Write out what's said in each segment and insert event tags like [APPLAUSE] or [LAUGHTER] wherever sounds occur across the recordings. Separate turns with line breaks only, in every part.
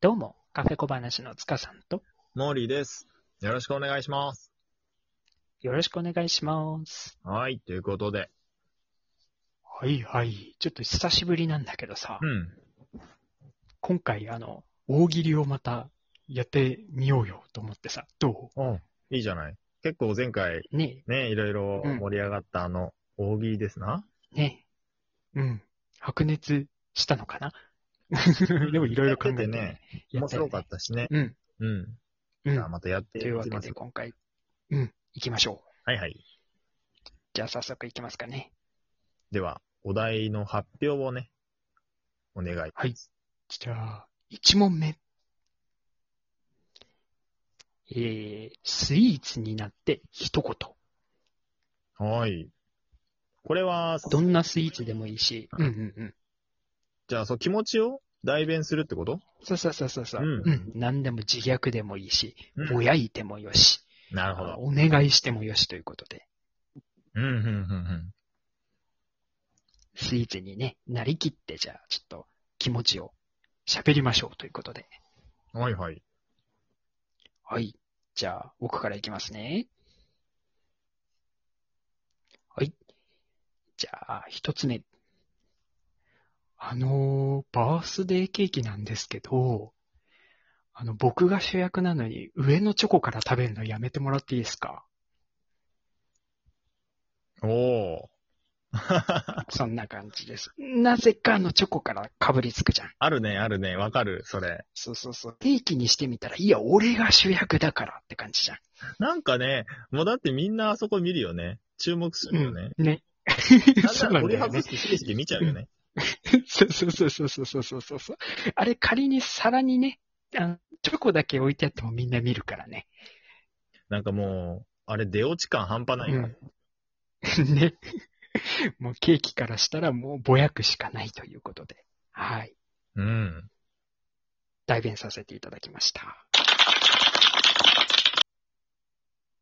どうも、カフェ小話の塚さんと、
モーリーです。よろしくお願いします。
よろしくお願いします。
はい、ということで。
はいはい。ちょっと久しぶりなんだけどさ、
うん。
今回、あの、大喜利をまたやってみようよと思ってさ、ど
うん。いいじゃない。結構前回、
うね
ね、いろいろ
うん
盛り上がったあの、大喜利ですな。
え、ねえ。うん。白熱したのかな [LAUGHS] でもいろいろ考えて
やっ
ね。
面白か
っ
ったしね。
たよね。
うん。
うん。
じ
う
ゃあ
ん。
またやってい
というわ
き
け
ます
で、。今回、うん、行きましょう。
はいはい。
じゃあ早速行きますかね。
では、お題の発表をね、お願いします。
はいじゃあ、1問目。えー、スイーツになって一言。
はい。これは、
どんなスイーツでもいいし。うんうんうん。
じゃあ、そう、気持ちを代弁するってこと
そうそうそうそうそう。
う
うんん。何でも自虐でもいいし、
うん
ぼやいてもよし、
なるほど。
お願いしてもよしということで、
うん、うん、うん、
スイーツにね、なりきって、じゃあ、ちょっと気持ちを喋りましょうということで。
うん。はいはい。
はい。じゃあ、奥からいきますね。はい。じゃあ、一つ目。あのーバースデーケーキなんですけど、あの、僕が主役なのに上のチョコから食べるのやめてもらっていいですか
おー。
そんな感じです。なぜかあのチョコからかぶりつくじゃん。
あるね、あるね。わかる、それ。
そうそうそう。ケーキにしてみたら、いや、俺が主役だからって感じじゃん。
なんかね、もうだってみんなあそこ見るよね。注目するよね。
うん。ね。
な
[LAUGHS]
ん
そう
な
なんだ
ら取り
よ
外
ね
し。てしげしげ見ちゃうよね。
そうそうそうそうそうそうそうそう。あれ仮に皿にね、あのチョコだけ置いてあってもみんな見るからね。 [LAUGHS]
なんかもう、あれ出落ち感半端ないよ。
うん、ね。もうケーキからしたらもうぼやくしかないということで。はい。
うん。
代弁させていただきました。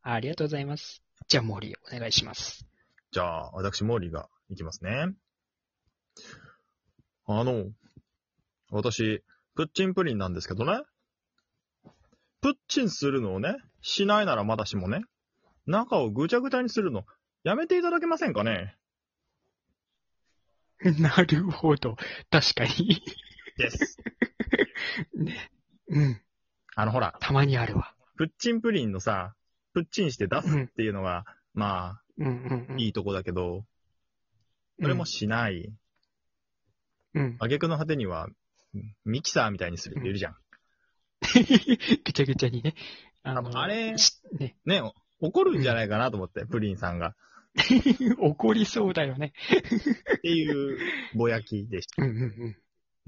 ありがとうございます。じゃあ森お願いします。
じゃあ、私、モーリーがいきますね。あの、私、プッチンプリンなんですけどね。プッチンするのをね、しないならまだしもね、中をぐちゃぐちゃにするの、やめていただけませんかね
[LAUGHS] なるほど。確かに。
です。
ね。 [LAUGHS] うん。
あの、ほら、
たまにあるわ。
プッチンプリンのさ、プッチンして出すっていうのが、ま
うんうんう
あ、
ん。
いいとこだけど、それもしない。
うん。
挙句の果てには、ミキサーみたいにするっているじゃん。
[LAUGHS] ぐちゃぐちゃにね。あ
あれ
しね、
ね、怒るんじゃないかなと思って、プリンさんが。
[LAUGHS] 怒りそうだよね。
っていう、ぼやきでし
うんうん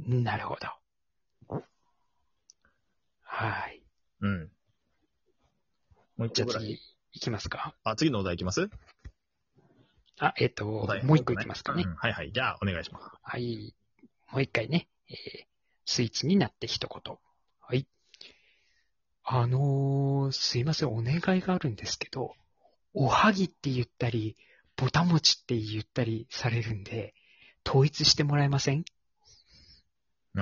うん。なるほど。はい。
た。うん。もう一
じ
個
ゃあ
ぐらい。
次、いきますか。
あ、次のお題いきます
あ、えっ、と、
お題
もう一個いきますかね。
うんはいはい。じゃあ、お願いします。
はい。もう一回ね、えースイーツになって一言。はい。あのー、すいません、お願いがあるんですけど、おはぎって言ったり、ぼたもちって言ったりされるんで、統一してもらえません
あ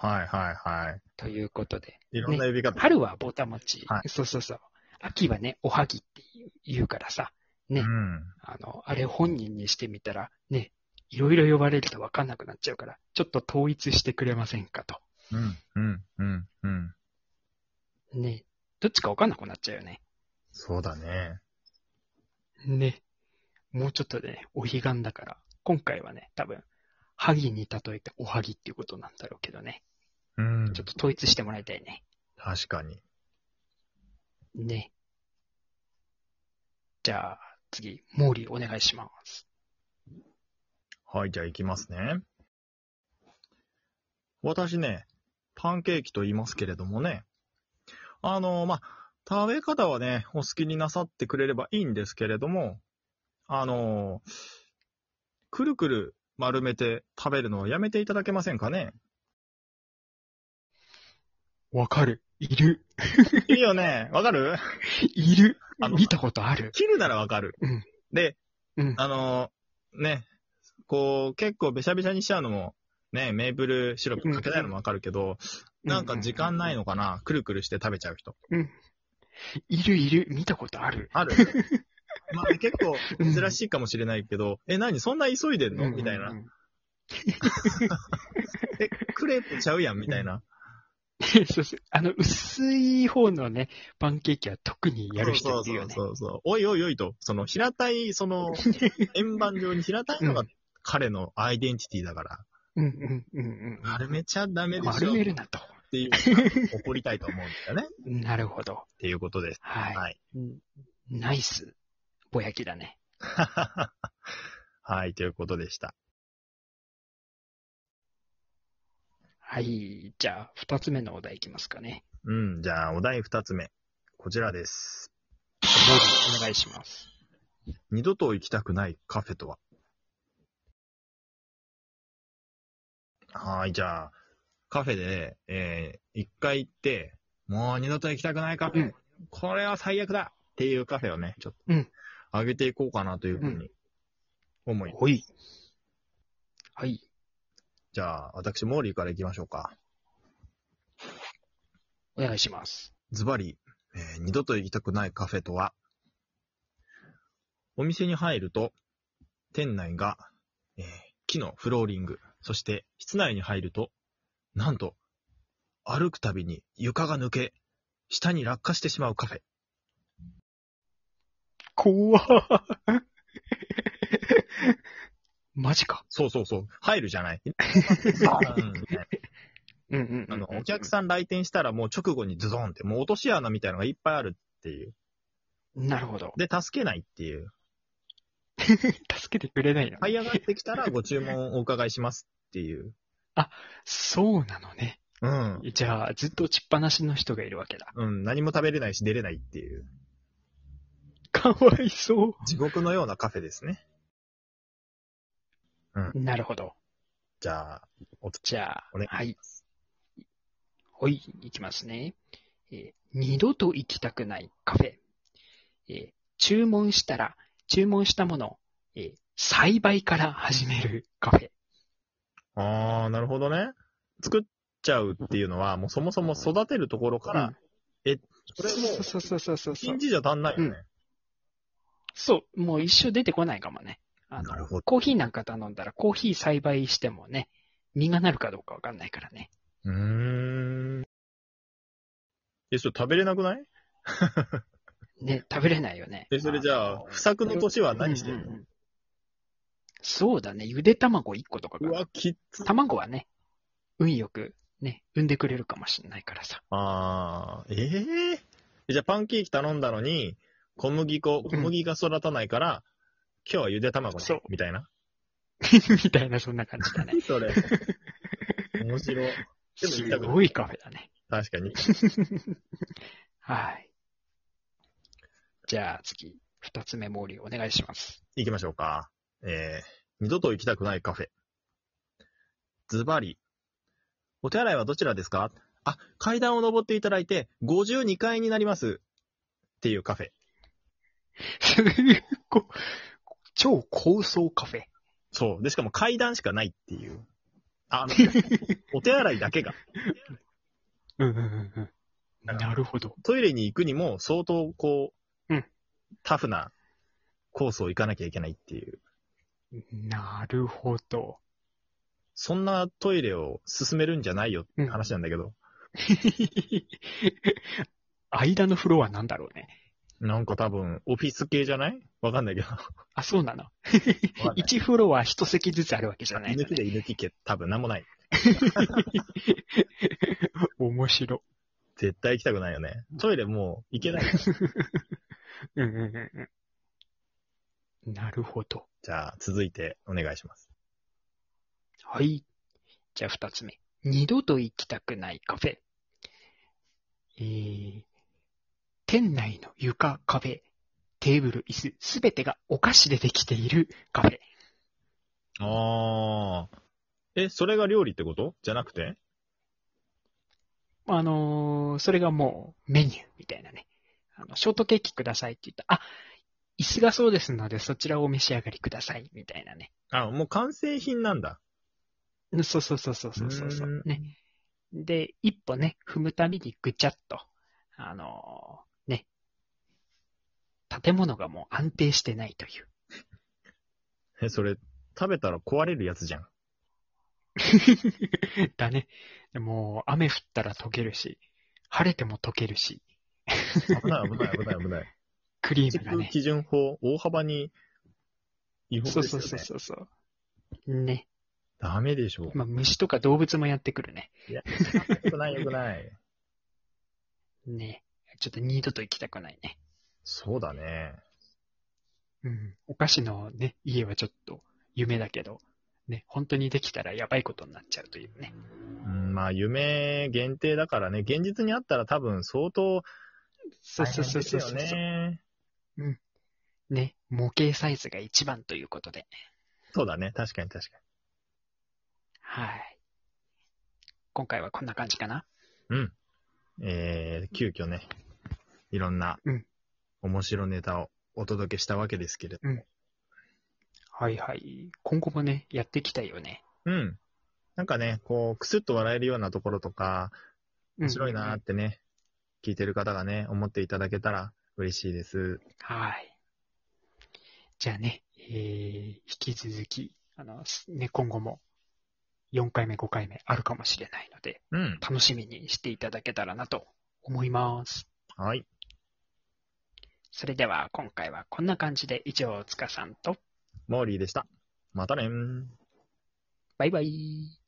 ー、はいはいは
ということで。
い。いろんな呼び方。
春はぼたもち、
は
そうそうそう。秋はね、おはぎって言うからさ、ね
うん。
あの、あれ本人にしてみたら、ね、いろいろ呼ばれるとわかんなくなっちゃうから、ちょっと統一してくれませんかと。
うん、うん、うん、うん。
ね、どっちかわかんなくなっちゃうよね。
そうだね。
ね、もうちょっとでね、お彼岸だから、今回はね、多分、はぎに例えておはぎっていうことなんだろうけどね、
うん。
ちょっと統一してもらいたいね。
確かに。
ね。じゃあ、次、モーリーお願いします。
はい、じゃあ行きますね。私ね、パンケーキと言いますけれどもね。あの、まあ、食べ方はね、お好きになさってくれればいいんですけれども、あの、くるくる丸めて食べるのをやめていただけません
[LAUGHS]
かね。
わかる。いる。
いいよね。わかる
いる
あ。の
見たことある。
切るならわかる。
うん
で、
うん。
あの、ね、こう、結構べしゃべしゃにしちゃうのも、ね、メープルシロップかけたいのもわかるけど、なんか時間ないのかなくるくるして食べちゃう人。
いるいる、見たことある。
[LAUGHS] あるまあ結構珍しいかもしれないけど、え、何そんな急いでんのみたいな
うんう。 [LAUGHS] ん
え、クレープちゃうやんみたいな。
うん。そうそうあの、薄い方のね、パンケーキは特にやる人いるよね。
そうそうそうそう。おいおいおいと、 [LAUGHS] その平たい、その、円盤上に平たいのが彼のアイデンティティだから、
うんうんうん
丸めちゃダメ
うん。
でし
丸
ょっ
めるなと。
ていう [LAUGHS] のが怒りたいと思うんだよね。
なるほど。
っていうことです。
はい。
はい。 [LAUGHS]
うんナイス。ぼやきだね。
はい、ということでした。
はい。じゃあ、二つ目のお題いきますかね。
うん、じゃあ、お題二つ目。こちらです。
お願いします。
二度と行きたくないカフェとははい、じゃあ、カフェで、えー一回行って、もう二度と行きたくないカフェ、
うん
これは最悪だっていうカフェをね、ちょっと、
うん
上げていこうかなというふうに思い、
ほい。はい。
じゃあ、私、モーリーから行きましょうか。
お願いします。
ズバリ、えー二度と行きたくないカフェとは、お店に入ると、店内が、えー木のフローリング、そして室内に入ると、なんと、歩くたびに床が抜け、下に落下してしまうカフェ。
怖 [LAUGHS] マジか。
そうそうそう、入るじゃない。
うんうん
あの、お客さん来店したらもう直後にズドンって、もう落とし穴みたいのがいっぱいあるっていう。
ん。なるほど。
で、助けないっていう。
[LAUGHS] 助けてくれないの。
這い上がってきたらご注文お伺いしますっていう。
そうなのね。
うん。
じゃあ、ずっと落ちっぱなしの人がいるわけだ。 [LAUGHS]
うん、何も食べれないし出れないっていう、
かわいそ
地獄のようなカフェですね。
う。なるほど。
じゃあ、
じゃあ
お願いし、ます
はい。ほい、いきますね。えー二度と行きたくないカフェ。えー注文したら、注文したもの、えー栽培から始めるカフェ。
あー、なるほどね。作っちゃうっていうのは、もうそもそも育てるところから、
うん
それもう、
そうそうそうそうそう
信。じじゃ足んないよね。
そう、もう一生出てこないかもね。あの
なるほど
コーヒーなんか頼んだら、コーヒー栽培してもね、実がなるかどうかわかんないからね。
うーん。え、それ食べれなくない
ね、食べれないよね。
え、それじゃ
あ
あ
の、
不作の年は何して
うんんうんう
の
んそうだね。ゆで卵1個とかか
う
な
わ、きっつ。
卵はね、運よくね、産んでくれるかもしれないからさ。 [LAUGHS]
あー、えーえじゃあパンケーキ頼んだのに、小麦粉、小麦が育たないから、今日はゆで卵ね
そう
みたいな。
みたいな、そんな感じだね。
それ。面白い。 [LAUGHS] でも行きた
す
くない
ごいカフェだね。
確かに。
はい。じゃあ次、二つ目毛利お願いします。 [LAUGHS]
行きましょうか。えー、二度と行きたくないカフェ。ズバリ。お手洗いはどちらですかあ、階段を登っていただいて、52階になります。っていうカフェ。
すご超高層カフェ。
そう。で、しかも階段しかないっていう。あ、あの [LAUGHS] お手洗いだけが。
うんうんうんうん。なるほど。
トイレに行くにも相当こう、
うん
タフなコースを行かなきゃいけないっていう。
なるほど。 [LAUGHS]
そんなトイレを進めるんじゃないよって話なんだけど。
間のフロアなんだろうね。
なんか多分、オフィス系じゃないわかんないけど。
あ、そうなの。
わか [LAUGHS] んない
1フロア1席ずつあるわけじゃ
[LAUGHS]
ない
居
の
抜き
ね。
で居抜き家、多分なんもない。
面白。
絶対行きたくないよね。トイレもう行けない。
うんうんうんうん。なるほど。
じゃあ、続いてお願いします。
はい。じゃあ二つ目。二度と行きたくないカフェ。えー、店内の床、壁、テーブル、椅子、すべてがお菓子でできているカフェ。
あー。え、それが料理ってことじゃなくて
あのーそれがもうメニューみたいなね。あの、ショートケーキくださいって言ったら、あ、椅子がそうですのでそちらをお召し上がりくださいみたいなね。
あ、もう完成品なんだ。。
うんそうそうそうそうそうそうそううんね。で、一歩ね、踏むたびにぐちゃっと、あのーね、建物がもう安定してないという。 [LAUGHS]
え、それ、食べたら壊れるやつじゃん。
だね。もう、雨降ったら溶けるし、晴れても溶けるし、
危ない危ない危ない危ない。
[LAUGHS] クリー
建
ムが
築
ね。
基準法、大幅に違法で
そ
す
う
よ、ね。
そうそうそうそう。ね。
ダメでしょう。
まあ、虫とか動物もやってくるね。
いや、よくないよくない。
ね。ちょっと二度と行きたくないね。
そうだね。
うん。お菓子のね、家はちょっと夢だけど、ね、本当にできたらやばいことになっちゃうというね。
うん、まあ、夢限定だからね、現実にあったら多分相当
そう
大
そう
変
そうそ
です
う
よ
そう。
ね。
ね、模型サイズが一番ということで。
そうだね、確かに確か
はい。今回はこんな感じかな。
に。うん。えー、急遽ね、いろんな
うん
面白ネタをお届けしたわけですけれども。
はいはい。今後もね、やっていきたいよね。
うん。なんかね、こう、くすっと笑えるようなところとか、
うん
面白いなーっ。てね、聞いてる方がね、思っていただけたら嬉しいです。
はい。じゃあね、えー、引き続き、あの、すね、今後も4回目、5回目あるかもしれないので、
うん。
楽しみにしていただけたらなと思います。
はい。
それでは今回はこんな感じで以上、塚さんと、
モーリーでした。またねー。
バイバイ。